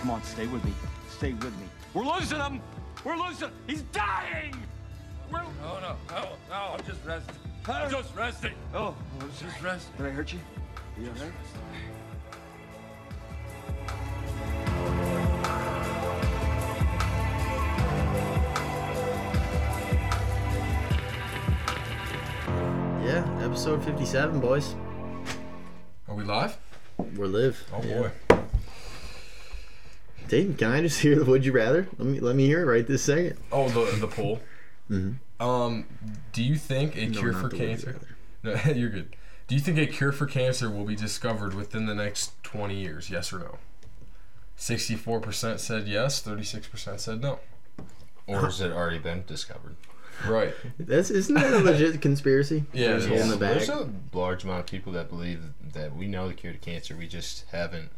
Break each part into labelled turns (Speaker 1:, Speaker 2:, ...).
Speaker 1: Come on, stay with me. Stay with me. We're losing him. We're losing. He's dying. We're...
Speaker 2: No, no, no, no, I'm just resting. I'm just resting.
Speaker 1: Oh, I'm sorry.
Speaker 2: Just resting.
Speaker 1: Did I hurt you? You all right?
Speaker 3: Yeah, episode 57, boys.
Speaker 2: Are we live?
Speaker 3: We're live.
Speaker 2: Oh
Speaker 3: Yeah.
Speaker 2: boy.
Speaker 3: Dayton, can I just hear the would you rather? Let me let me hear it right this second.
Speaker 2: Oh, the the poll. Um, do you think a
Speaker 3: Mm-hmm.
Speaker 2: cure
Speaker 3: not
Speaker 2: for
Speaker 3: the would you
Speaker 2: cancer? No, you're good. Do you think a cure for cancer will be discovered within the next 20 years? Yes or no? 64% said yes, 36% said no.
Speaker 4: Or has it already been discovered?
Speaker 2: Right.
Speaker 3: That's isn't that a legit conspiracy?
Speaker 2: Yeah,
Speaker 3: There's
Speaker 2: it
Speaker 3: a hole
Speaker 2: is.
Speaker 3: in the back.
Speaker 4: There's a large amount of people that believe that we know the cure to cancer. We just haven't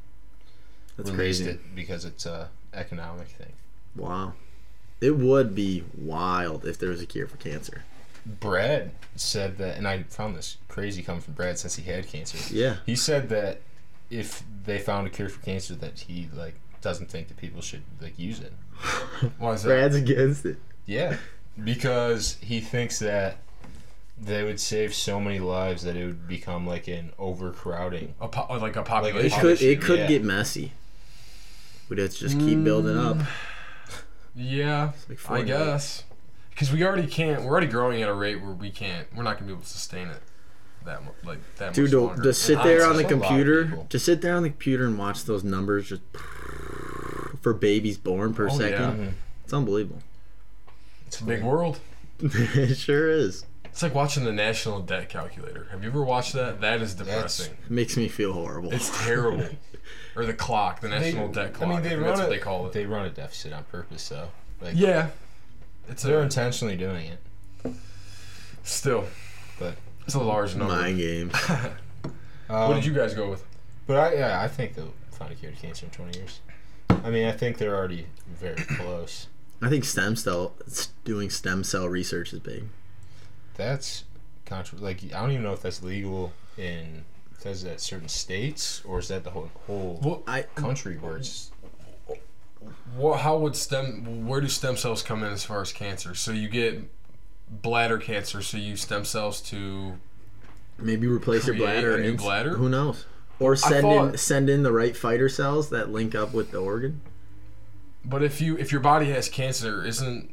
Speaker 3: That's
Speaker 4: released
Speaker 3: crazy.
Speaker 4: it because it's a economic thing.
Speaker 3: Wow. It would be wild if there was a cure for cancer.
Speaker 4: Brad said that, and I found this crazy coming from Brad since he had cancer.
Speaker 3: Yeah.
Speaker 4: He said that if they found a cure for cancer, that he like doesn't think that people should like use it.
Speaker 2: Why is that?
Speaker 3: Brad's against it.
Speaker 4: Yeah, because he thinks that they would save so many lives that it would become like an overcrowding.
Speaker 2: A po- like a
Speaker 3: It
Speaker 2: population?
Speaker 4: Obviously,
Speaker 3: could it could
Speaker 4: yeah. Mm.
Speaker 3: get messy. We'd have to just keep building up.
Speaker 2: yeah,
Speaker 3: like
Speaker 2: I
Speaker 3: Fortnite.
Speaker 2: guess. Because we already can't. We're already growing at a rate where we can't. We're not gonna be able to sustain it that mu- like that
Speaker 3: Dude,
Speaker 2: much
Speaker 3: to,
Speaker 2: longer.
Speaker 3: to sit there on the
Speaker 4: That's a lot of
Speaker 3: computer,
Speaker 4: people.
Speaker 3: to sit there on the computer and watch those numbers just for babies born per
Speaker 2: Oh,
Speaker 3: second.
Speaker 2: yeah.
Speaker 4: Mm-hmm.
Speaker 3: It's unbelievable.
Speaker 2: It's a big world.
Speaker 3: it sure is.
Speaker 2: It's like watching the national debt calculator. Have you ever watched that? That is
Speaker 4: That's-
Speaker 2: depressing.
Speaker 3: It makes me feel horrible.
Speaker 2: It's terrible. or the clock, the national debt clock. I mean, that's what they call it.
Speaker 4: They run a deficit on purpose, though. Like,
Speaker 2: yeah, it's
Speaker 4: they're
Speaker 2: a,
Speaker 4: intentionally doing it.
Speaker 2: still,
Speaker 4: But
Speaker 2: it's a large number.
Speaker 3: Mind games.
Speaker 4: um,
Speaker 2: What did you guys go with?
Speaker 4: But I, yeah, I think they'll find a cure to cancer in 20 years. I mean, I think they're already very close.
Speaker 3: I think stem cell doing stem cell research is big.
Speaker 4: That's contra- like I don't even know if that's legal in says that certain states or is that the whole whole
Speaker 2: Well,
Speaker 3: I
Speaker 4: country where it's
Speaker 2: What, how would stem? Where do stem cells come in as far as cancer? So you get bladder cancer. So you use stem cells to.
Speaker 3: maybe replace your
Speaker 2: Create
Speaker 3: bladder
Speaker 2: a new
Speaker 3: and
Speaker 2: bladder?
Speaker 3: Who knows? Or send in
Speaker 2: thought-
Speaker 3: send in the right fighter cells that link up with the organ.
Speaker 2: But if you if your body has cancer, isn't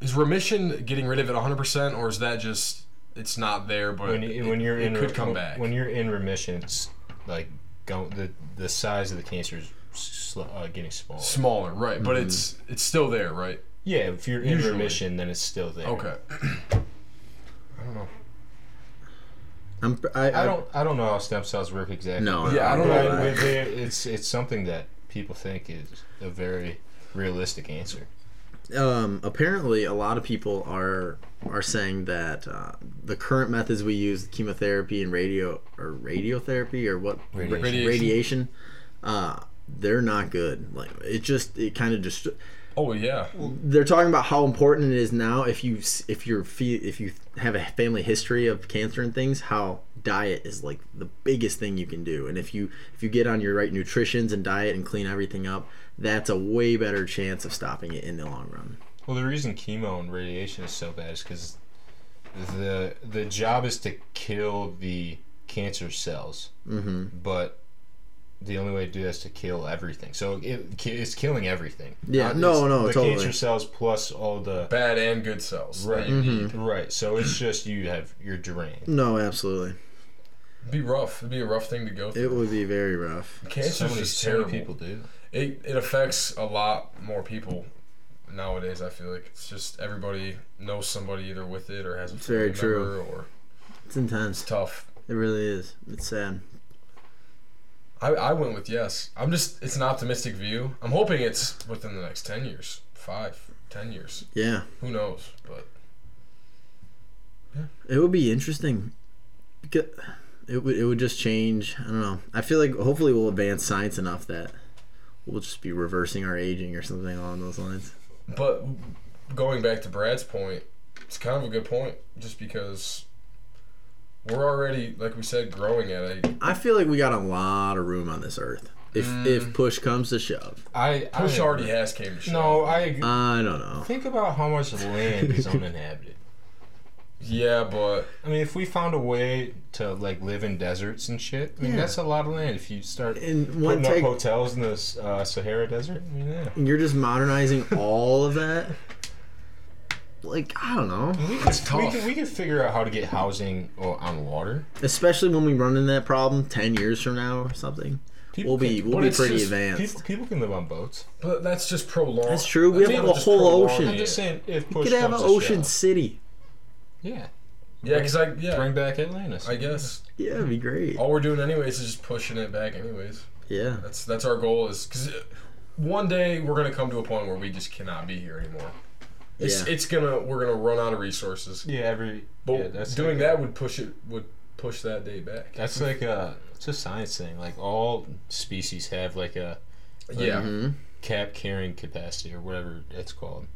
Speaker 2: is remission getting rid of it 100 percent, or is that just it's not there? But
Speaker 4: when, you, when you're
Speaker 2: it
Speaker 4: in
Speaker 2: could
Speaker 4: re-
Speaker 2: come back.
Speaker 4: when you're in remission. It's like go, the the size of the cancer is sl- uh, getting smaller.
Speaker 2: smaller, right? But it's it's still there, right?
Speaker 4: Yeah, if you're in
Speaker 2: Usually.
Speaker 4: remission, then it's still there.
Speaker 2: Okay. I don't know.
Speaker 3: I'm pr- I, I,
Speaker 4: I don't I don't know how stem cells work exactly.
Speaker 3: No,
Speaker 2: Yeah, I don't
Speaker 4: But
Speaker 2: know.
Speaker 4: it- it- it's it's something that people think is a very realistic answer.
Speaker 3: um, apparently a lot of people are are saying that uh, the current methods we use, chemotherapy and radio or radiotherapy or what ra-
Speaker 4: Radiation.
Speaker 2: Radiation.
Speaker 3: radiation, uh, they're not good. Like it just it kind of just
Speaker 2: Oh yeah.
Speaker 3: they're talking about how important it is now if you s- if you're fe- if you have a family history of cancer and things how diet is like the biggest thing you can do and if you if you get on your right nutritions and diet and clean everything up that's a way better chance of stopping it in the long run
Speaker 4: Well, the reason chemo and radiation is so bad is because the the job is to kill the cancer cells, mm-hmm. but the only way to do that is to kill everything. So it, ki- it's killing everything.
Speaker 3: Yeah,
Speaker 4: Uh,
Speaker 3: no,
Speaker 4: it's
Speaker 3: no,
Speaker 4: the
Speaker 3: totally.
Speaker 4: cancer cells plus all the
Speaker 2: Bad and good cells. that
Speaker 4: Right.
Speaker 2: you need.
Speaker 4: right. So it's just you have you're drained.
Speaker 3: no absolutely
Speaker 2: It'd be rough. It'd be a rough thing to go through.
Speaker 3: it would be very rough
Speaker 2: Cancer
Speaker 4: so
Speaker 2: is
Speaker 4: many,
Speaker 2: just
Speaker 4: so many
Speaker 2: terrible.
Speaker 4: people do.
Speaker 2: It it affects a lot more people nowadays. I feel like it's just everybody knows somebody either with it or has a
Speaker 3: very
Speaker 2: family
Speaker 3: true.
Speaker 2: member or
Speaker 3: it's intense
Speaker 2: it's tough.
Speaker 3: it really is it's sad
Speaker 2: I, I went with yes. I'm just it's an optimistic view. I'm hoping it's within the next ten years, five, ten years.
Speaker 3: yeah
Speaker 2: Who knows? But
Speaker 3: It would be interesting. Because it would it would just change. I don't know. I feel like hopefully we'll advance science enough that we'll just be reversing our aging or something along those lines.
Speaker 2: But going back to Brad's point, it's kind of a good point, just because we're already, like we said, growing at a
Speaker 3: I feel like we got a lot of room on this earth. If
Speaker 4: Mm.
Speaker 3: if push comes to shove,
Speaker 4: I I
Speaker 2: Push already has came to shove.
Speaker 4: No, I agree.
Speaker 3: I don't know.
Speaker 4: think about how much land is uninhabited.
Speaker 2: Yeah, but
Speaker 4: I mean, if we found a way to like live in deserts and shit, I mean,
Speaker 3: Yeah.
Speaker 4: that's a lot of land. If you start
Speaker 3: In one
Speaker 4: putting up
Speaker 3: take-
Speaker 4: hotels in the uh, Sahara Desert, I mean, yeah.
Speaker 3: You're just modernizing all of that. Like I don't know.
Speaker 4: We could,
Speaker 2: That's
Speaker 4: we
Speaker 2: tough.
Speaker 4: could we could figure out how to get housing uh, on water.
Speaker 3: Especially when we run into that problem ten years from now or something.
Speaker 4: People
Speaker 3: We'll be-
Speaker 4: can-
Speaker 3: we'll
Speaker 4: but
Speaker 3: be
Speaker 4: it's
Speaker 3: pretty
Speaker 4: just-
Speaker 3: advanced.
Speaker 4: People, people can live on boats.
Speaker 2: but that's just prolonged.
Speaker 3: That's true. We
Speaker 2: That's
Speaker 3: have
Speaker 2: not
Speaker 3: a
Speaker 2: just
Speaker 3: whole
Speaker 2: prolonging
Speaker 3: ocean.
Speaker 4: I'm
Speaker 2: it.
Speaker 4: just saying, if
Speaker 3: We
Speaker 4: push
Speaker 3: could have an
Speaker 4: comes to
Speaker 3: ocean
Speaker 4: shove.
Speaker 3: city.
Speaker 4: yeah,
Speaker 2: Yeah, because I yeah.
Speaker 4: bring back Atlantis.
Speaker 2: I guess
Speaker 3: Yeah, it'd be great.
Speaker 4: Oh.
Speaker 2: all we're doing anyways is just pushing it back anyways.
Speaker 3: Yeah.
Speaker 2: That's that's our goal is because one day we're gonna come to a point where we just cannot be here anymore. It's
Speaker 3: Yeah.
Speaker 2: it's gonna we're gonna run out of resources.
Speaker 4: yeah, every
Speaker 2: But
Speaker 4: yeah, that's
Speaker 2: doing
Speaker 4: like,
Speaker 2: that would push it would push that day back.
Speaker 4: That's like a it's a science thing. Like all species have like a
Speaker 2: yeah,
Speaker 3: Mm-hmm.
Speaker 4: cap carrying capacity or whatever it's called,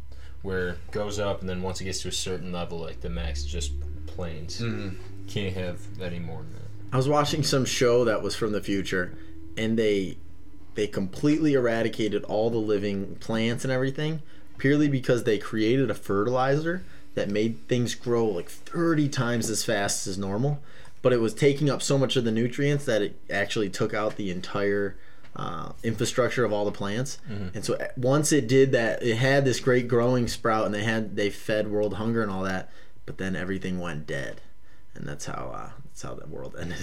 Speaker 4: where it goes up and then once it gets to a certain level, like the max just planes. Can't have any more than that.
Speaker 3: I was watching some show that was from the future, and they they completely eradicated all the living plants and everything purely because they created a fertilizer that made things grow like 30 times as fast as normal but it was taking up so much of the nutrients that it actually took out the entire uh, infrastructure of all the plants and so a- once it did that it had this great growing sprout and they had they fed world hunger and all that but then everything went dead and that's how uh, that's how the world ended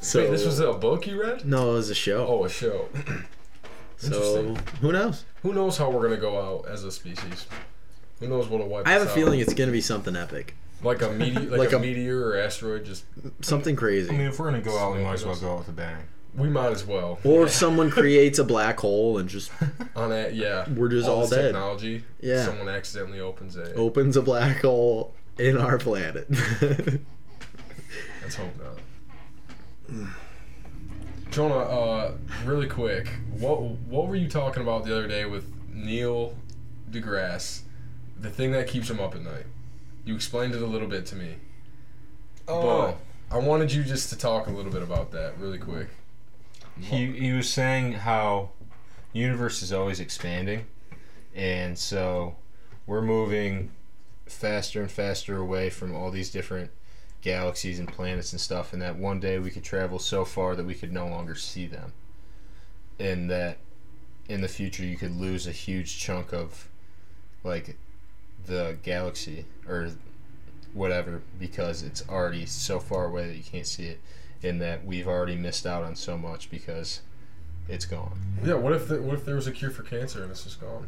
Speaker 3: so
Speaker 2: Wait, this was a book you read?
Speaker 3: no, it was a show.
Speaker 2: Oh, a show.
Speaker 3: so who knows?
Speaker 2: Who knows how we're gonna go out as a species? Who knows what'll wipe?
Speaker 3: I have a
Speaker 2: us out?
Speaker 3: feeling it's gonna be something epic,
Speaker 2: like a meteor, like,
Speaker 3: Like
Speaker 2: a,
Speaker 3: a-
Speaker 2: meteor or asteroid. Just
Speaker 3: something
Speaker 4: I mean,
Speaker 3: crazy,
Speaker 4: if we're gonna go out, we might as well go out with a bang.
Speaker 2: we might as well
Speaker 3: or someone creates a black hole and just
Speaker 2: on that. Yeah,
Speaker 3: We're just all
Speaker 2: this
Speaker 3: dead.
Speaker 2: Technology.
Speaker 3: Yeah. Oh.
Speaker 2: someone accidentally opens it.
Speaker 3: opens a black hole in our planet.
Speaker 2: Let's hope not. Jonah, uh, really quick, what what were you talking about the other day with Neil deGrasse? The thing that keeps him up at night. You explained it a little bit to me, but I wanted you just to talk a little bit about that really quick.
Speaker 4: he he was saying how universe is always expanding and so we're moving faster and faster away from all these different galaxies and planets and stuff and that one day we could travel so far that we could no longer see them and that in the future you could lose a huge chunk of like the galaxy or whatever because it's already so far away that you can't see it and that we've already missed out on so much because it's gone
Speaker 2: Yeah, what if the, what if there was a cure for cancer and it's just gone?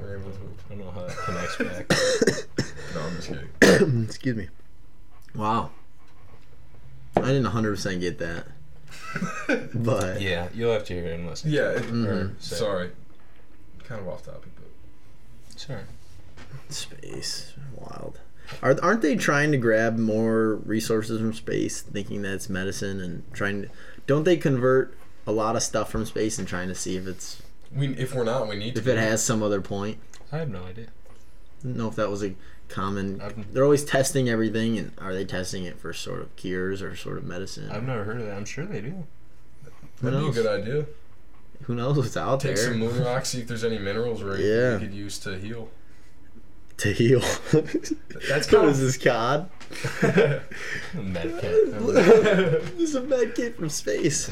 Speaker 2: We're able to.
Speaker 4: I don't know how that connects back.
Speaker 2: No, I'm just kidding.
Speaker 3: Excuse me. Wow, I didn't 100 percent get that, but
Speaker 4: yeah, you'll have to hear it and listen.
Speaker 2: Yeah, it,
Speaker 3: Mm-hmm.
Speaker 4: Or say-
Speaker 2: sorry, kind of off topic, but
Speaker 4: Sorry.
Speaker 3: space wild. Are, aren't they trying to grab more resources from space, thinking that it's medicine and trying to? Don't they convert a lot of stuff from space and trying to see if it's
Speaker 2: we if we're not, we need to.
Speaker 3: if it has some other point.
Speaker 4: I have no idea.
Speaker 3: Didn't know if that was a common.
Speaker 4: I've-
Speaker 3: They're always testing everything, and are they testing it for sort of cures or sort of medicine?
Speaker 4: I've never heard of that. I'm sure they do.
Speaker 3: Who
Speaker 2: That'd be a
Speaker 3: knows?
Speaker 2: good idea.
Speaker 3: Who knows what's out
Speaker 2: Take
Speaker 3: there
Speaker 2: some moon rock, see if there's any minerals or anything
Speaker 3: Yeah.
Speaker 2: you could use to heal.
Speaker 3: to heal?
Speaker 2: That's
Speaker 3: what
Speaker 2: kind
Speaker 3: is
Speaker 2: of
Speaker 3: this cod?
Speaker 4: Medcat.
Speaker 3: This is a med kit from space.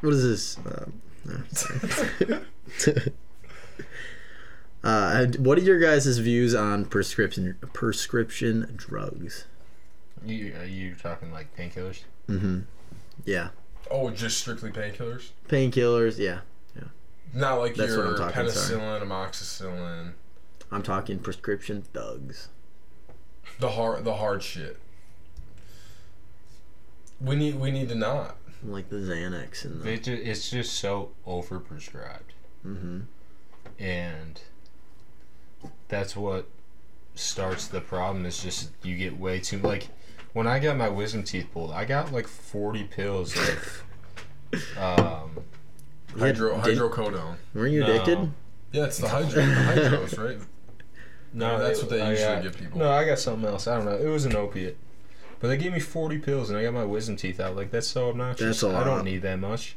Speaker 3: what is this? Um, no, sorry. uh, what are your guys' views on prescription prescription drugs?
Speaker 4: you, are you talking like painkillers?
Speaker 3: Mm-hmm. Yeah,
Speaker 2: oh, just strictly painkillers,
Speaker 3: painkillers. Yeah,
Speaker 2: not like
Speaker 3: That's what
Speaker 2: your
Speaker 3: I'm talking, sorry.
Speaker 2: penicillin, amoxicillin,
Speaker 3: I'm talking prescription thugs.
Speaker 2: the hard the hard shit. We need we need to not.
Speaker 3: like the Xanax and the
Speaker 4: They ju- it's just so overprescribed. Mm-hmm. And that's what starts the problem is just you get way too like when I got my wisdom teeth pulled, I got like 40 pills of um
Speaker 3: You had-
Speaker 2: Hydro
Speaker 3: didn't-
Speaker 2: hydrocodone.
Speaker 3: Weren't you
Speaker 4: No.
Speaker 3: addicted?
Speaker 2: Yeah, it's the hydro the hydros, right?
Speaker 4: No,
Speaker 2: Yeah, that's what they
Speaker 4: I
Speaker 2: usually
Speaker 4: got-
Speaker 2: give people.
Speaker 4: No, I got something else. I don't know. It was an opiate, But they gave me 40 pills and I got my wisdom teeth out. Like, that's so obnoxious.
Speaker 3: That's a
Speaker 4: I
Speaker 3: lot.
Speaker 4: don't need that much.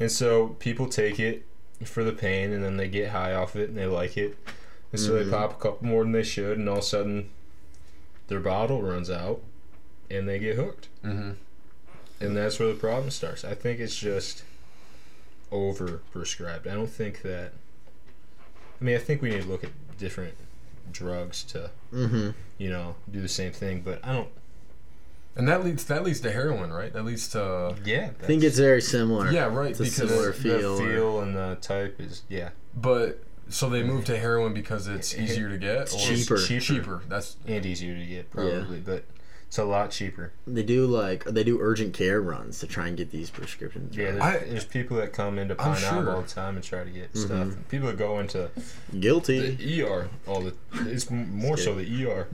Speaker 4: And so people take it for the pain and then they get high off it and they like it. And so
Speaker 3: Mm-hmm.
Speaker 4: they pop a couple more than they should and all of a sudden their bottle runs out and they get hooked.
Speaker 2: Mm-hmm.
Speaker 4: And that's where the problem starts. I think it's just over prescribed. I don't think that. I mean, I think we need to look at different drugs to,
Speaker 3: Mm-hmm.
Speaker 4: you know, do the same thing, but I don't.
Speaker 2: And that leads that leads to heroin, right? That leads to
Speaker 4: Yeah.
Speaker 3: I think it's very similar.
Speaker 2: yeah, right.
Speaker 3: It's a
Speaker 2: Because
Speaker 3: similar
Speaker 4: the
Speaker 3: feel.
Speaker 4: feel and the type is yeah
Speaker 2: but so they moved to heroin because it's
Speaker 4: It- it-
Speaker 2: easier to get or
Speaker 3: cheaper.
Speaker 2: cheaper. That's
Speaker 4: and easier to get probably, but it's a lot cheaper.
Speaker 3: They do like they do urgent care runs to try and get these prescriptions.
Speaker 4: Yeah, there's,
Speaker 2: I-
Speaker 4: there's people that come into
Speaker 2: I'm
Speaker 4: Pine Knob
Speaker 2: sure.
Speaker 4: all the time and try to get stuff. People that go into
Speaker 3: Guilty.
Speaker 4: Mm-hmm. the ER all the it's m- more so the ER.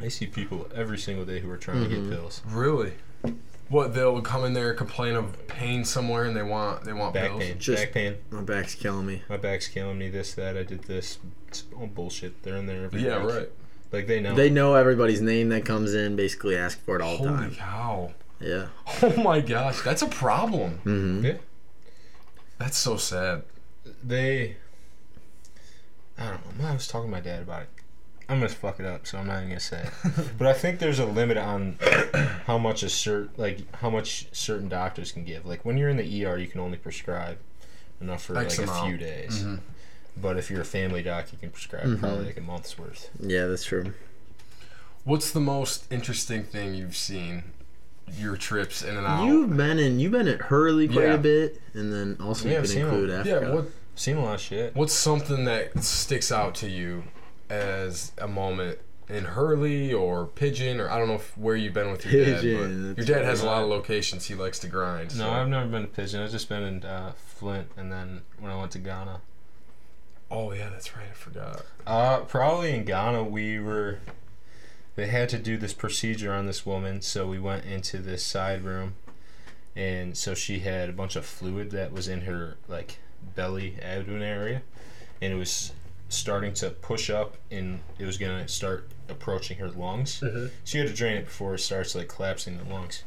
Speaker 4: I see people every single day who are trying to get
Speaker 2: Oh,
Speaker 4: pills,
Speaker 2: really what they'll come in there complain of pain somewhere and they want they want
Speaker 4: back
Speaker 2: pills.
Speaker 4: pain,
Speaker 3: Just-
Speaker 4: back pain.
Speaker 3: My back's killing me.
Speaker 4: My back's killing me. This, that. I did this. It's all bullshit. They're in there every
Speaker 2: Yeah,
Speaker 4: week.
Speaker 2: right.
Speaker 4: Like they know.
Speaker 3: They know everybody's name that comes in. Basically, ask for it all the
Speaker 2: Holy
Speaker 3: time.
Speaker 2: cow!
Speaker 3: Yeah.
Speaker 2: Oh my gosh, that's a problem.
Speaker 3: Mm-hmm.
Speaker 4: yeah.
Speaker 2: That's so sad.
Speaker 4: they I don't know. I was talking to my dad about it. I'm gonna fuck it up, so I'm not even gonna say it. but I think there's a limit on how much a cert like how much certain doctors can give. Like when you're in the ER, you can only prescribe enough for
Speaker 2: X
Speaker 4: like a
Speaker 2: amount. Mm-hmm.
Speaker 4: few days. But if you're a family doc, you can prescribe probably like a month's worth.
Speaker 3: Yeah, that's true.
Speaker 2: What's the most interesting thing you've seen? Your trips in and out.
Speaker 3: You've been in you've been at Hurley quite
Speaker 2: Yeah.
Speaker 3: a bit, and then also
Speaker 4: Yeah,
Speaker 3: you
Speaker 4: I've
Speaker 3: can
Speaker 4: seen
Speaker 3: include
Speaker 4: them.
Speaker 3: Africa.
Speaker 2: yeah. What
Speaker 4: Seen a lot of shit.
Speaker 2: What's something that sticks out to you as a moment in Hurley or Pigeon or I don't know if, where you've been with your
Speaker 3: Pigeon,
Speaker 2: dad,
Speaker 3: that's
Speaker 2: but your dad has a
Speaker 4: right.
Speaker 2: lot of locations he likes to grind.
Speaker 4: No,
Speaker 2: so-
Speaker 4: I've never been to Pigeon. I've just been in uh, Flint, and then when I went to Ghana.
Speaker 2: oh yeah, that's right. I forgot.
Speaker 4: Uh, probably in Ghana, we were. They had to do this procedure on this woman, so we went into this side room, and so she had a bunch of fluid that was in her like belly abdomen area, and it was starting to push up, and it was gonna start approaching her lungs. So you had to drain it before it starts like collapsing the lungs.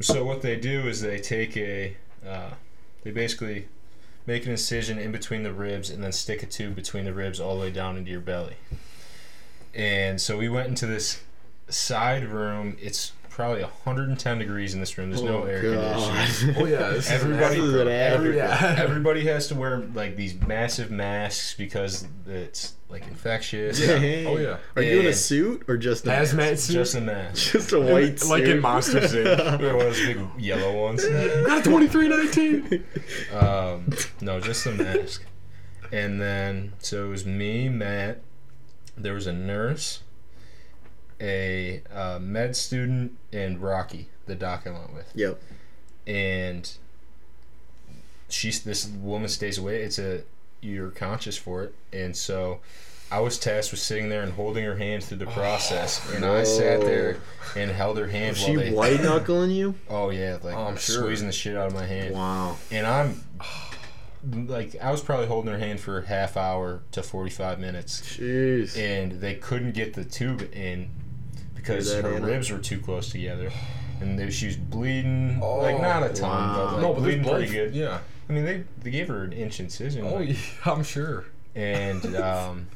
Speaker 4: So what they do is they take a, uh, they basically make an incision in between the ribs and then stick a tube between the ribs all the way down into your belly. And so we went into this side room. It's probably 110 degrees in this room. There's no
Speaker 3: Oh,
Speaker 4: air
Speaker 3: God.
Speaker 4: conditioning.
Speaker 2: Oh yeah, this is-
Speaker 4: Everybody,
Speaker 3: This is an
Speaker 4: every-
Speaker 2: ad.
Speaker 4: everybody has to wear like these massive masks because it's like infectious.
Speaker 2: Yeah. Oh yeah.
Speaker 3: Are you in
Speaker 4: Yeah.
Speaker 3: a suit or just a mask?
Speaker 2: Hazmat suit.
Speaker 4: Just a mask.
Speaker 3: Just a white suit.
Speaker 2: like in Monster Inc.
Speaker 4: We were one of those big yellow ones.
Speaker 2: Got a twenty three nineteen.
Speaker 4: Um, no, just a mask. And then, so it was me, Matt. There was a nurse, a uh, med student, and Rocky, the doc I went with.
Speaker 3: Yep.
Speaker 4: And she's this woman stays away. It's a you're conscious for it, and so I was tasked with sitting there and holding her hand through the
Speaker 2: Oh,
Speaker 4: process. and I sat there and held her hand
Speaker 3: Was
Speaker 4: while
Speaker 3: she
Speaker 4: they.
Speaker 3: white knuckling you?
Speaker 4: Oh yeah, like
Speaker 2: Oh, I'm sure.
Speaker 4: squeezing the shit out of my hand
Speaker 3: Wow.
Speaker 4: and I'm like I was probably holding her hand for a half hour to 45 minutes
Speaker 3: Jeez.
Speaker 4: and they couldn't get the tube in because
Speaker 3: Hear
Speaker 4: her
Speaker 3: that, Anna?
Speaker 4: ribs were too close together and they, she was bleeding like
Speaker 2: Oh,
Speaker 4: not a ton
Speaker 3: wow.
Speaker 4: but like
Speaker 2: No, but there's
Speaker 4: bleeding
Speaker 2: blood.
Speaker 4: pretty good
Speaker 2: Yeah.
Speaker 4: I mean they, they gave her an inch incision
Speaker 2: Oh,
Speaker 4: like,
Speaker 2: yeah, I'm sure.
Speaker 4: and um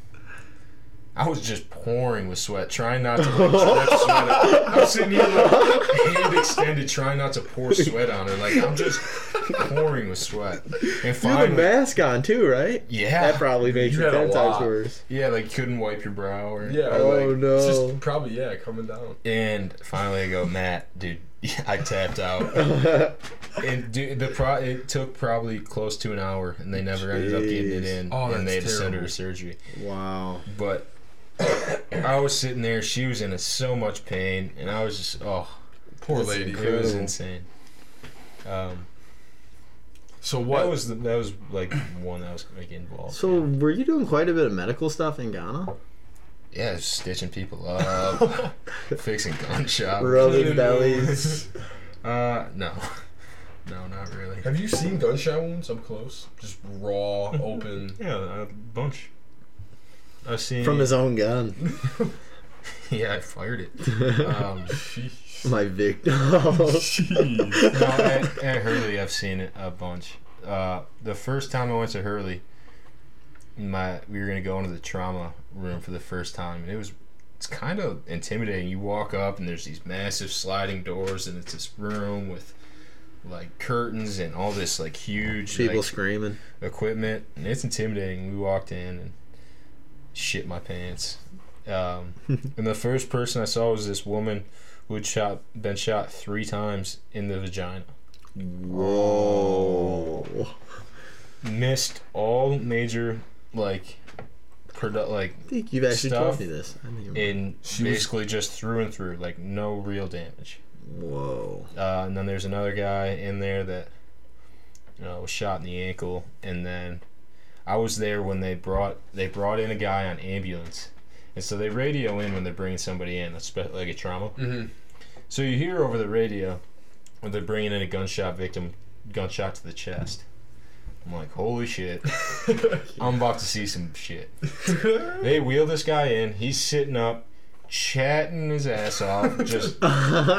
Speaker 4: I was just pouring with sweat, trying not to like, drip sweat. out. I was sitting here like hand extended, trying not to pour sweat on her. Like I'm just pouring with sweat. And
Speaker 3: You had a
Speaker 4: finally,
Speaker 3: mask on too, right?
Speaker 4: yeah,
Speaker 3: That probably makes
Speaker 2: You
Speaker 3: it
Speaker 2: had a
Speaker 3: ten times
Speaker 2: lot.
Speaker 3: worse.
Speaker 4: yeah, like couldn't wipe your brow or
Speaker 2: Yeah.
Speaker 4: or, like-
Speaker 3: Oh
Speaker 2: It's
Speaker 3: no.
Speaker 2: just probably yeah coming down.
Speaker 4: And finally, I go, Matt, dude, I tapped out. and dude, the pro- it took probably close to an hour, and they never ended up getting it in,
Speaker 2: Oh,
Speaker 4: and
Speaker 2: that's
Speaker 4: they had to send her
Speaker 2: terrible.
Speaker 4: to surgery.
Speaker 3: wow.
Speaker 4: But I was sitting there, she was in so much pain, and I was just, oh,
Speaker 2: Poor
Speaker 3: That's
Speaker 2: lady.
Speaker 4: it was
Speaker 3: Incredible.
Speaker 4: insane. Um,
Speaker 2: So
Speaker 4: that
Speaker 2: what?
Speaker 4: was the, that was like one that was like involved.
Speaker 3: So were you doing quite a bit of medical stuff in Ghana?
Speaker 4: yeah, just stitching people up, fixing gunshot.
Speaker 3: Rubbing bellies.
Speaker 4: Uh, no, no, not really.
Speaker 2: Have you seen gunshot wounds up close? Just raw, open.
Speaker 4: Yeah, a bunch. I've seen
Speaker 3: From his own gun.
Speaker 4: yeah, I fired it. Um,
Speaker 2: Jeez.
Speaker 3: My victim.
Speaker 2: Jeez.
Speaker 4: no, at, at Hurley, I've seen it a bunch. Uh, the first time I went to Hurley, my we were gonna go into the trauma room for the first time, and it was it's kind of intimidating. You walk up, and there's these massive sliding doors, and it's this room with like curtains and all this like huge
Speaker 3: People
Speaker 4: like,
Speaker 3: screaming.
Speaker 4: equipment, and it's intimidating. We walked in and shit my pants. Um, and the first person I saw was this woman who had shot, been shot three times in the vagina.
Speaker 3: Whoa.
Speaker 4: Missed all major, like, produ- like
Speaker 3: I think you've actually told
Speaker 4: Stuff.
Speaker 3: me this. I think I'm-
Speaker 4: in
Speaker 2: She was-
Speaker 4: basically just through and through, like no real damage.
Speaker 3: Whoa.
Speaker 4: Uh, and then there's another guy in there that uh, was shot in the ankle. And then I was there when they brought they brought in a guy on ambulance. And so they radio in when they're bringing somebody in, that's spe- like a trauma.
Speaker 2: Mhm.
Speaker 4: So you hear over the radio when they're bringing in a gunshot victim, gunshot to the chest. I'm like, holy shit! I'm about to see some shit. They wheel this guy in. He's sitting up, chatting his ass off, just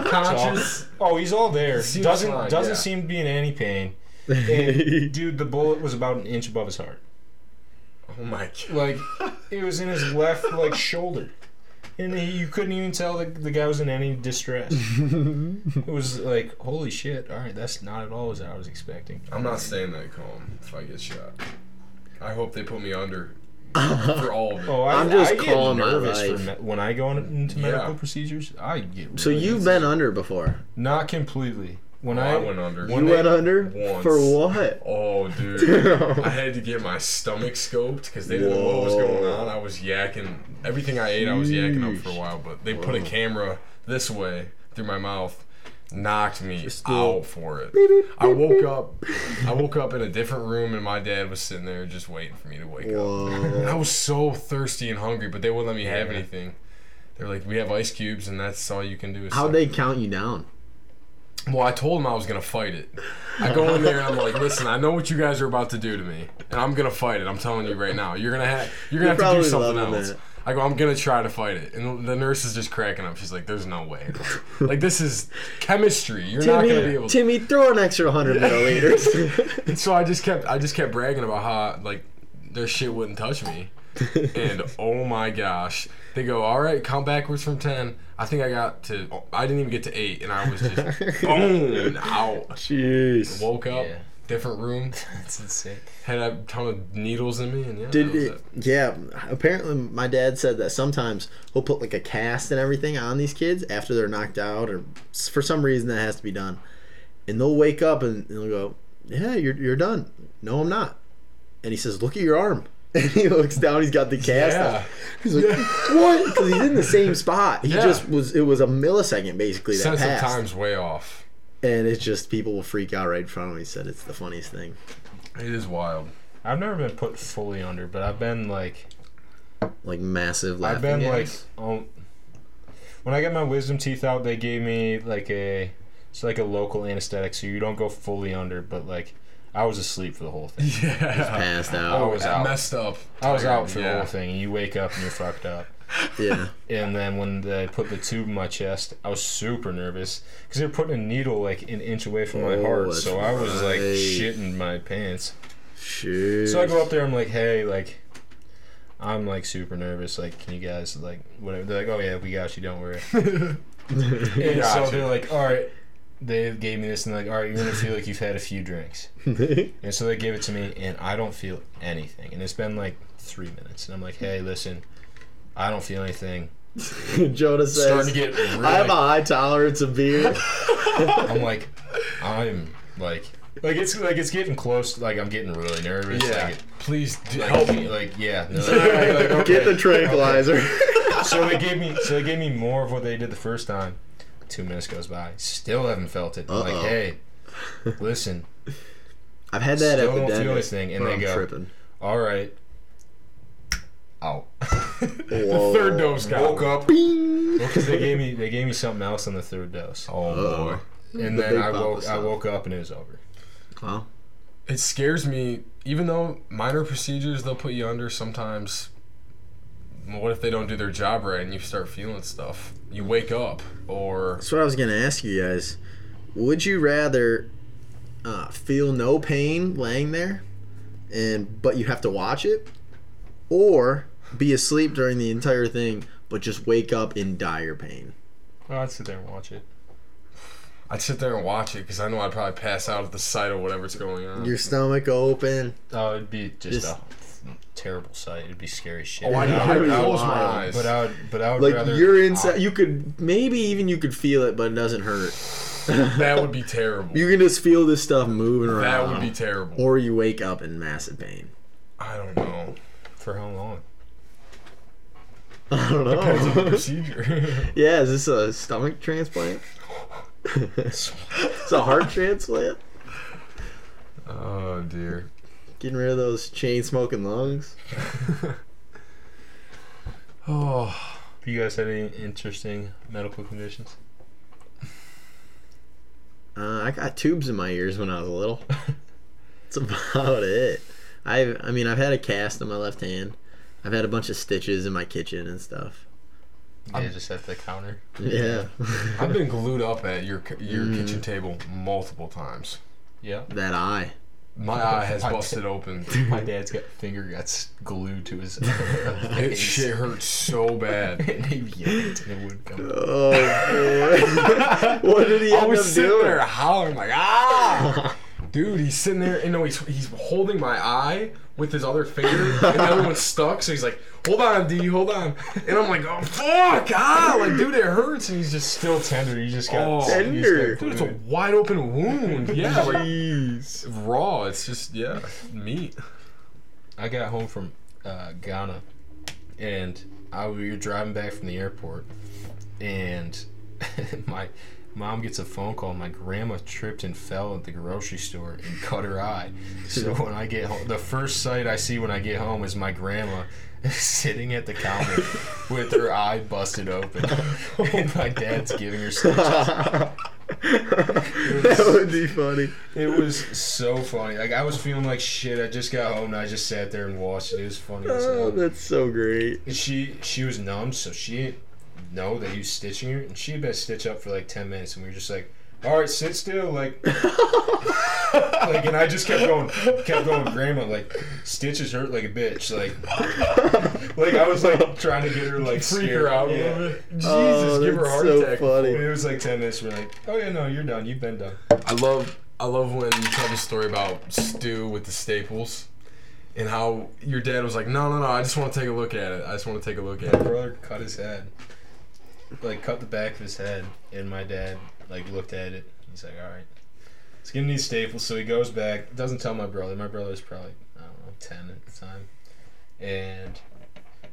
Speaker 2: Conscious.
Speaker 4: Oh, he's all there.
Speaker 2: Seems
Speaker 4: doesn't
Speaker 2: fine,
Speaker 4: doesn't
Speaker 2: yeah.
Speaker 4: seem to be in any pain. And, dude, the bullet was about an inch above his heart.
Speaker 2: Oh my god.
Speaker 4: Like it was in his left like shoulder, and he, you couldn't even tell the the guy was in any distress. it was like holy shit. All right, that's not at all as I was expecting.
Speaker 2: I'm not staying that calm if I get shot. I hope they put me under for all of it.
Speaker 4: Oh, I,
Speaker 3: I'm just
Speaker 4: I get
Speaker 3: calm my
Speaker 4: nervous for
Speaker 3: life.
Speaker 4: me- when I go on into
Speaker 2: Yeah.
Speaker 4: medical procedures. I get
Speaker 3: So
Speaker 4: really
Speaker 3: you've been under before.
Speaker 4: not completely when
Speaker 2: Oh,
Speaker 4: I,
Speaker 2: I went under.
Speaker 4: when
Speaker 3: You
Speaker 4: they-
Speaker 3: went under
Speaker 2: once.
Speaker 3: for what?
Speaker 2: Oh, dude. I had to get my stomach scoped because they didn't know what was going
Speaker 3: Whoa.
Speaker 2: on. I was yakking. Everything I ate, I was yakking up for a while, but they put a
Speaker 3: Whoa.
Speaker 2: camera this way through my mouth, knocked me
Speaker 3: Just a little-
Speaker 2: out for it. I woke up. I woke up in a different room, and my dad was sitting there just waiting for me to wake up. And
Speaker 3: Whoa.
Speaker 2: I was so thirsty and hungry, but they wouldn't let me have anything. They're like, we have ice cubes, and that's all you can do. Is
Speaker 3: How'd
Speaker 2: suck."
Speaker 3: they count you down?
Speaker 2: Well, I told him I was gonna fight it. I go in there and I'm like, listen, I know what you guys are about to do to me, and I'm gonna fight it. I'm telling you right now. You're gonna have you're gonna
Speaker 3: You're
Speaker 2: have to
Speaker 3: probably
Speaker 2: do something
Speaker 3: loving
Speaker 2: else.
Speaker 3: that.
Speaker 2: I go, I'm gonna try to fight it, and the nurse is just cracking up. She's like, there's no way. Like this is chemistry. You're not gonna be
Speaker 3: Timmy,
Speaker 2: able. to.
Speaker 3: Timmy, throw an extra 100 milliliters.
Speaker 2: And so I just kept I just kept bragging about how like their shit wouldn't touch me. and oh my gosh, they go, all right, count backwards from ten. I think I got to. I didn't even get to eight, and I was just boom out.
Speaker 3: Jeez.
Speaker 2: Woke up,
Speaker 4: Yeah.
Speaker 2: different room,
Speaker 4: That's insane.
Speaker 2: had a ton of needles in me, and yeah.
Speaker 3: Did
Speaker 2: that was
Speaker 3: it, yeah. Apparently, my dad said that sometimes he'll put like a cast and everything on these kids after they're knocked out, or s- for some reason that has to be done. And they'll wake up and, and they'll go, "Yeah, you're you're done." No, I'm not. And he says, "Look at your arm." And he looks down. He's got the cast.
Speaker 2: Yeah.
Speaker 3: on. He's like, "What?" Because he's in the same spot. He
Speaker 2: Yeah.
Speaker 3: just was. It was a millisecond basically that
Speaker 2: Sense of
Speaker 3: passed,
Speaker 2: time's way off.
Speaker 3: and it's just people will freak out right in front of me. He said it's the funniest thing.
Speaker 2: It is wild.
Speaker 4: I've never been put fully under, but I've been like
Speaker 3: Like massive
Speaker 4: I've
Speaker 3: laughing.
Speaker 4: been like
Speaker 3: gas.
Speaker 4: um, when I got my wisdom teeth out, they gave me like a it's like a local anesthetic, so you don't go fully under, but like I was asleep for the whole thing.
Speaker 2: Yeah,
Speaker 3: passed
Speaker 2: I
Speaker 3: out.
Speaker 4: Oh. was
Speaker 2: was
Speaker 4: out.
Speaker 2: messed up.
Speaker 4: I was out for the
Speaker 2: Yeah.
Speaker 4: whole thing. and You wake up and you're fucked up.
Speaker 3: Yeah.
Speaker 4: And then when they put the tube in my chest, I was super nervous because they were putting a needle like an inch away from my
Speaker 3: Oh,
Speaker 4: heart,
Speaker 3: that's
Speaker 4: so I was like
Speaker 3: right.
Speaker 4: shitting my pants.
Speaker 3: Shoot.
Speaker 4: So I go up there. I'm like, hey, like, I'm like super nervous. Like, can you guys like whatever? They're like, oh yeah, we got you. Don't worry. and so
Speaker 2: Gotcha.
Speaker 4: they're like, all right. They gave me this and they're like, all right, you're gonna feel like you've had a few drinks. And so they gave it to me, and I don't feel anything. And it's been like three minutes, and I'm like, hey, listen, I don't feel anything.
Speaker 3: Jonah says,
Speaker 2: Starting to get really.
Speaker 3: I have a high tolerance of beer.
Speaker 4: I'm like, I'm like, like it's like it's getting close. Like I'm getting really nervous.
Speaker 2: yeah,
Speaker 4: Like,
Speaker 2: please d-
Speaker 4: like,
Speaker 2: help me.
Speaker 4: Like yeah. no.
Speaker 3: Get the tranquilizer.
Speaker 4: so they gave me so they gave me more of what they did the first time. Two minutes goes by, still haven't felt it. I'm like,
Speaker 3: Uh-oh.
Speaker 4: hey, listen,
Speaker 3: I've had that
Speaker 4: Still
Speaker 3: at the
Speaker 4: don't feel
Speaker 3: dentist.
Speaker 4: anything, and
Speaker 3: bro,
Speaker 4: they
Speaker 3: I'm
Speaker 4: go,
Speaker 3: tripping.
Speaker 4: all right, out.
Speaker 3: Oh.
Speaker 2: The third dose got
Speaker 4: Woke
Speaker 2: me.
Speaker 4: up
Speaker 3: Bing.
Speaker 4: because they gave me they gave me something else on the third dose,
Speaker 2: Oh
Speaker 3: Uh,
Speaker 2: boy,
Speaker 4: and
Speaker 3: The
Speaker 4: then
Speaker 3: big
Speaker 4: I
Speaker 3: bottle
Speaker 4: woke I
Speaker 3: stuff.
Speaker 4: woke up and it was over.
Speaker 3: Wow.
Speaker 2: it scares me. Even though minor procedures, they'll put you under sometimes. what if they don't do their job right and you start feeling stuff? You wake up, or
Speaker 3: That's what I was gonna ask you guys. Would you rather uh, feel no pain laying there, and but you have to watch it, or be asleep during the entire thing but just wake up in dire pain?
Speaker 4: Oh, I'd sit there and watch it.
Speaker 2: I'd sit there and watch it because I know I'd probably pass out at the sight of whatever's going on.
Speaker 3: Your stomach open.
Speaker 4: Oh, it'd be just,
Speaker 3: Just-
Speaker 4: a terrible sight. It'd be scary shit.
Speaker 2: oh, I,
Speaker 3: Yeah,
Speaker 2: I,
Speaker 3: I'd
Speaker 2: would
Speaker 3: be
Speaker 2: close my
Speaker 3: wild.
Speaker 2: eyes.
Speaker 4: but uh, I would, but I would
Speaker 3: Like
Speaker 4: rather
Speaker 3: you're inside. You could maybe even you could feel it, but it doesn't hurt.
Speaker 2: that would be terrible.
Speaker 3: You can just feel this stuff moving around.
Speaker 2: that would be terrible.
Speaker 3: Or you wake up in massive pain.
Speaker 2: I don't know.
Speaker 4: for how long?
Speaker 3: I don't
Speaker 2: That's a
Speaker 3: know.
Speaker 2: procedure.
Speaker 3: yeah, is this a stomach transplant? it's a heart transplant.
Speaker 2: oh dear.
Speaker 3: Getting rid of those chain smoking lungs.
Speaker 2: Oh,
Speaker 4: Have you guys had any interesting medical conditions?
Speaker 3: Uh, I got tubes in my ears when I was little. That's about it. I've, I mean, I've had a cast on my left hand. I've had a bunch of stitches in my kitchen and stuff.
Speaker 4: Yeah, just at the counter.
Speaker 3: Yeah,
Speaker 2: I've been glued up at your ki- your
Speaker 3: Mm.
Speaker 2: kitchen table multiple times.
Speaker 4: Yeah.
Speaker 3: that eye.
Speaker 2: My eye has
Speaker 4: My
Speaker 2: busted open.
Speaker 4: My dad's got finger got s- glued to his.
Speaker 2: It
Speaker 4: it
Speaker 2: shit hurts so bad.
Speaker 4: and he yanked and it wouldn't come. out.
Speaker 3: Oh, man. what did he
Speaker 2: I
Speaker 3: end
Speaker 2: was
Speaker 3: up
Speaker 2: sitting
Speaker 3: doing?
Speaker 2: there hollering like, ah, dude. He's sitting there and no, he's he's holding my eye with his other finger, and the other one's stuck. So he's like, hold on, D, hold on. And I'm like, oh fuck, ah, like dude, it hurts. And he's just
Speaker 4: Still tender. You just got
Speaker 2: Oh.
Speaker 4: you just got
Speaker 3: Tender.
Speaker 2: Dude,
Speaker 4: glued.
Speaker 2: it's a wide open wound. Yeah, like
Speaker 3: Jeez.
Speaker 2: raw. It's just yeah, meat.
Speaker 4: I got home from uh, Ghana, and I we were driving back from the airport, and my mom gets a phone call. My grandma tripped and fell at the grocery store and cut her eye. So when I get home, the first sight I see when I get home is my grandma sitting at the counter with her eye busted open, and my dad's giving her. Stitches.
Speaker 3: that would be funny.
Speaker 4: It was so funny. Like I was feeling like shit. I just got home and I just sat there and watched it. It was funny. as hell.
Speaker 3: Oh, that's so great.
Speaker 4: she she was numb, so she didn't know that he was stitching her, and she had been stitched up for like ten minutes, and we were just like, "All right, sit still," like, like, and I just kept going, kept going, Grandma, like, stitches hurt like a bitch, like, like I was like trying to get her like
Speaker 2: Freak
Speaker 4: scared.
Speaker 2: her out a
Speaker 4: Yeah.
Speaker 2: little bit. Jesus,
Speaker 3: Oh,
Speaker 2: give her a
Speaker 3: that's
Speaker 2: heart
Speaker 3: so
Speaker 2: attack.
Speaker 4: And
Speaker 3: funny.
Speaker 4: it was like ten minutes. We're like, "Oh yeah, no, you're done. You've been done."
Speaker 2: I love I love when you tell the story about Stu with the staples and how your dad was like, No, no, no, I just want to take a look at it. I just want to take a look at
Speaker 4: My
Speaker 2: it.
Speaker 4: brother cut his head, like cut the back of his head, and my dad like looked at it. He's like, "All right, it's gonna need staples." So he goes back, doesn't tell my brother. My brother's probably I don't know ten at the time, and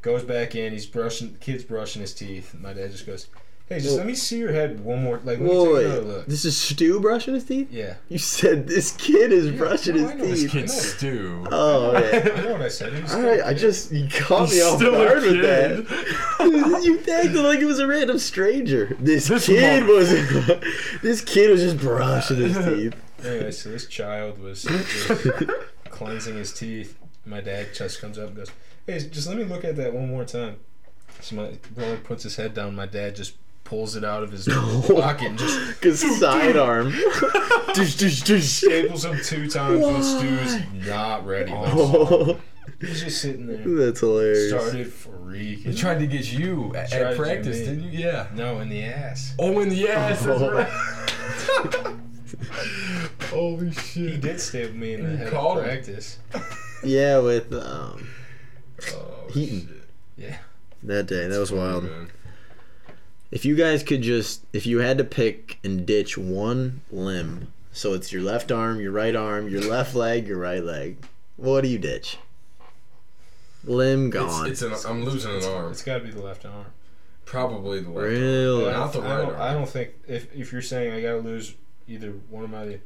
Speaker 4: goes back in. He's brushing, the kid's brushing his teeth. My dad just goes, "Hey, just
Speaker 3: Whoa.
Speaker 4: let me see your head one more, like let me
Speaker 3: Whoa,
Speaker 4: take another
Speaker 3: wait.
Speaker 4: look."
Speaker 3: This is Stu brushing his teeth?
Speaker 4: Yeah,
Speaker 3: You said this kid is brushing
Speaker 4: no, I know
Speaker 3: his
Speaker 4: this
Speaker 3: teeth.
Speaker 2: Kid Stu.
Speaker 3: Oh,
Speaker 4: I
Speaker 3: yeah.
Speaker 4: know what I said. He was
Speaker 3: All
Speaker 4: still a
Speaker 3: right, I
Speaker 4: kid.
Speaker 3: just you caught me off
Speaker 2: Still a
Speaker 3: guard with
Speaker 2: kid.
Speaker 3: that. you acted like it was a random stranger. This, kid was this kid was just brushing his teeth.
Speaker 4: Anyway, so this child was, was cleansing his teeth. My dad just comes up and goes, "Hey, just let me look at that one more time." So my brother puts his head down. My dad just pulls it out of his pocket and just
Speaker 3: Cause sidearm. Dish, dish, dish.
Speaker 4: staples him two times when Stu's not ready.
Speaker 3: Oh,
Speaker 4: He's just sitting there.
Speaker 3: that's hilarious.
Speaker 4: Started
Speaker 2: He
Speaker 4: freaking.
Speaker 2: tried to get you at,
Speaker 4: Tried
Speaker 2: at
Speaker 4: to
Speaker 2: practice,
Speaker 4: me.
Speaker 2: didn't you? Yeah.
Speaker 4: no, in the ass.
Speaker 2: Oh in the ass. that's
Speaker 3: Oh.
Speaker 2: right. Holy shit.
Speaker 4: He did stab me in the
Speaker 2: You
Speaker 4: head
Speaker 2: called
Speaker 4: at
Speaker 2: him.
Speaker 4: practice.
Speaker 3: Yeah, with um
Speaker 2: Oh,
Speaker 3: Heaton.
Speaker 2: shit.
Speaker 4: Yeah.
Speaker 3: that day. That was wild.
Speaker 2: Man.
Speaker 3: If you guys could just, if you had to pick and ditch one limb, so it's your left arm, your right arm, your left leg, your right leg, what do you ditch? Limb gone.
Speaker 2: It's an, I'm losing an arm.
Speaker 4: It's got to be the left arm.
Speaker 2: Probably the left.
Speaker 3: really?
Speaker 4: I
Speaker 2: Not the
Speaker 4: don't-
Speaker 2: right
Speaker 4: I don't,
Speaker 2: arm.
Speaker 4: I don't think if if you're saying I got to lose either one of my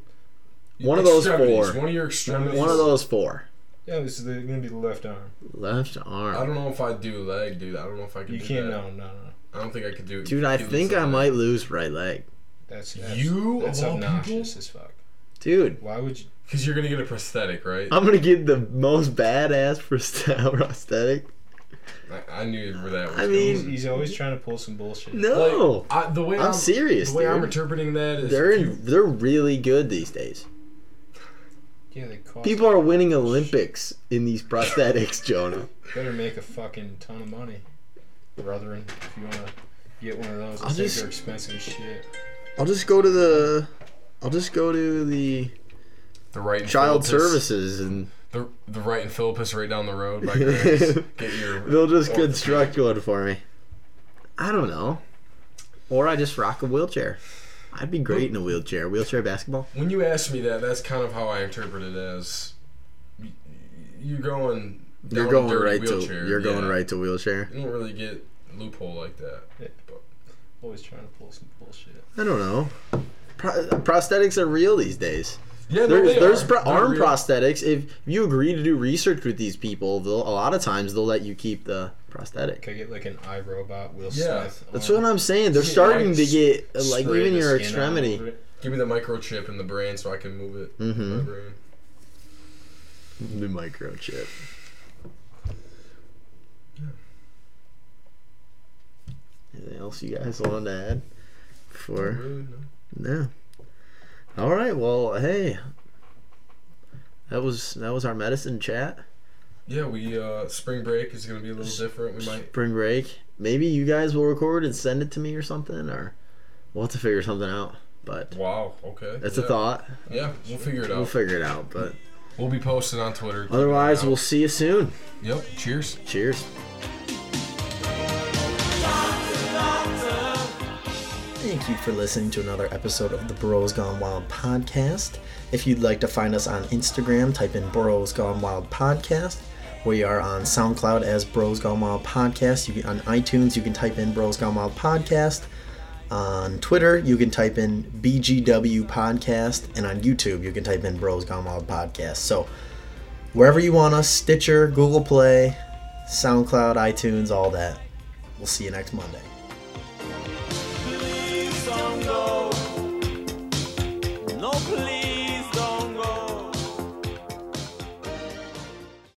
Speaker 3: One of those
Speaker 2: Extremities,
Speaker 3: four.
Speaker 2: One of your extremities.
Speaker 3: One of those four.
Speaker 4: Yeah, this is the, gonna be the left arm.
Speaker 3: Left
Speaker 2: I
Speaker 3: arm.
Speaker 2: don't know if I do leg, dude. I don't know if I can
Speaker 4: You
Speaker 2: do
Speaker 4: can't.
Speaker 2: that.
Speaker 4: No, no, no.
Speaker 2: I don't think I could do
Speaker 3: Dude, I
Speaker 2: do
Speaker 3: think
Speaker 2: this
Speaker 3: I
Speaker 2: on
Speaker 3: might lose right leg.
Speaker 4: That's
Speaker 2: that. You
Speaker 4: That's
Speaker 2: of all
Speaker 4: obnoxious as fuck.
Speaker 3: Dude,
Speaker 4: Why would you?
Speaker 2: Because
Speaker 3: Uh,
Speaker 2: you're gonna get a prosthetic, right?
Speaker 3: I'm gonna get the most badass prosthetic.
Speaker 2: I, I knew where that was.
Speaker 3: I
Speaker 4: He's,
Speaker 3: mean,
Speaker 4: he's always trying to pull some bullshit.
Speaker 2: going.
Speaker 3: no,
Speaker 2: Like, I, the way
Speaker 3: I'm serious,
Speaker 2: The way I'm
Speaker 3: dude.
Speaker 2: interpreting that is
Speaker 3: they're
Speaker 2: if
Speaker 3: in, they're really good these days.
Speaker 4: Yeah, they cost.
Speaker 3: People are winning Olympics in these prosthetics, Jonah.
Speaker 4: better make a fucking ton of money, brethren. If you wanna get one of those,
Speaker 3: I'll
Speaker 4: I think
Speaker 3: just-
Speaker 4: they're expensive as shit.
Speaker 3: I'll just go to the, I'll just go to the
Speaker 2: the right and
Speaker 3: child
Speaker 2: Philippus-
Speaker 3: services and
Speaker 2: The, the right and Philippus right down the road. By Grace. Get your.
Speaker 3: they'll just
Speaker 2: ortho-
Speaker 3: construct one for me. I don't know, or I just rock a wheelchair. I'd be great in a wheelchair. Wheelchair basketball.
Speaker 2: When you asked me that, that's kind of how I interpret it as y- you're going. Down
Speaker 3: You're
Speaker 2: a
Speaker 3: going
Speaker 2: dirty
Speaker 3: right
Speaker 2: wheelchair.
Speaker 3: to you're going
Speaker 2: yeah.
Speaker 3: right to wheelchair.
Speaker 2: You don't really get a loophole like that.
Speaker 4: Always trying to pull some bullshit.
Speaker 3: I don't know. Pro- prosthetics are real these days.
Speaker 2: Yeah, no,
Speaker 3: There's,
Speaker 2: they
Speaker 3: there's
Speaker 2: are.
Speaker 3: pro-
Speaker 2: They're
Speaker 3: arm
Speaker 2: real.
Speaker 3: prosthetics. If you agree to do research with these people, they'll, a lot of times they'll let you keep the prosthetic.
Speaker 4: Can I get like an iRobot Will
Speaker 2: Yeah.
Speaker 4: Smith?
Speaker 3: That's
Speaker 4: arm?
Speaker 3: what I'm saying. They're
Speaker 2: Yeah,
Speaker 3: starting
Speaker 2: like
Speaker 3: to
Speaker 2: s-
Speaker 3: get uh, like
Speaker 4: Spray
Speaker 3: even
Speaker 4: the
Speaker 3: your
Speaker 4: skin all over
Speaker 3: extremity.
Speaker 4: it.
Speaker 2: Give me the microchip in the brain so I can move it.
Speaker 3: Mhm.
Speaker 2: My brain.
Speaker 3: The microchip. Anything else you guys want to add? Before
Speaker 2: Really?
Speaker 3: No.
Speaker 2: No.
Speaker 3: All right. Well, hey. That was that was our medicine chat.
Speaker 2: Yeah, we uh spring break is gonna be a little different. We might
Speaker 3: Spring break. Maybe you guys will record and send it to me or something, or we'll have to figure something out. But
Speaker 2: Wow, okay.
Speaker 3: that's
Speaker 2: Yeah.
Speaker 3: a thought.
Speaker 2: Yeah, we'll figure it out.
Speaker 3: We'll figure it out. But
Speaker 2: we'll be posting on Twitter. Keep an eye
Speaker 3: otherwise,
Speaker 2: out.
Speaker 3: we'll see you soon.
Speaker 2: Yep, cheers.
Speaker 3: Cheers.
Speaker 5: Thank you for listening to another episode of the Burrows Gone Wild podcast. If you'd like to find us on Instagram, type in Burrows Gone Wild podcast. We are on SoundCloud as Bros Gone Wild podcast. You can, on iTunes, you can type in Bros Gone Wild podcast. On Twitter, you can type in BGW podcast, and on YouTube, you can type in Bros Gone Wild podcast. So wherever you want us, Stitcher, Google Play, SoundCloud, iTunes, all that. We'll see you next Monday.
Speaker 6: please don't go. No, please.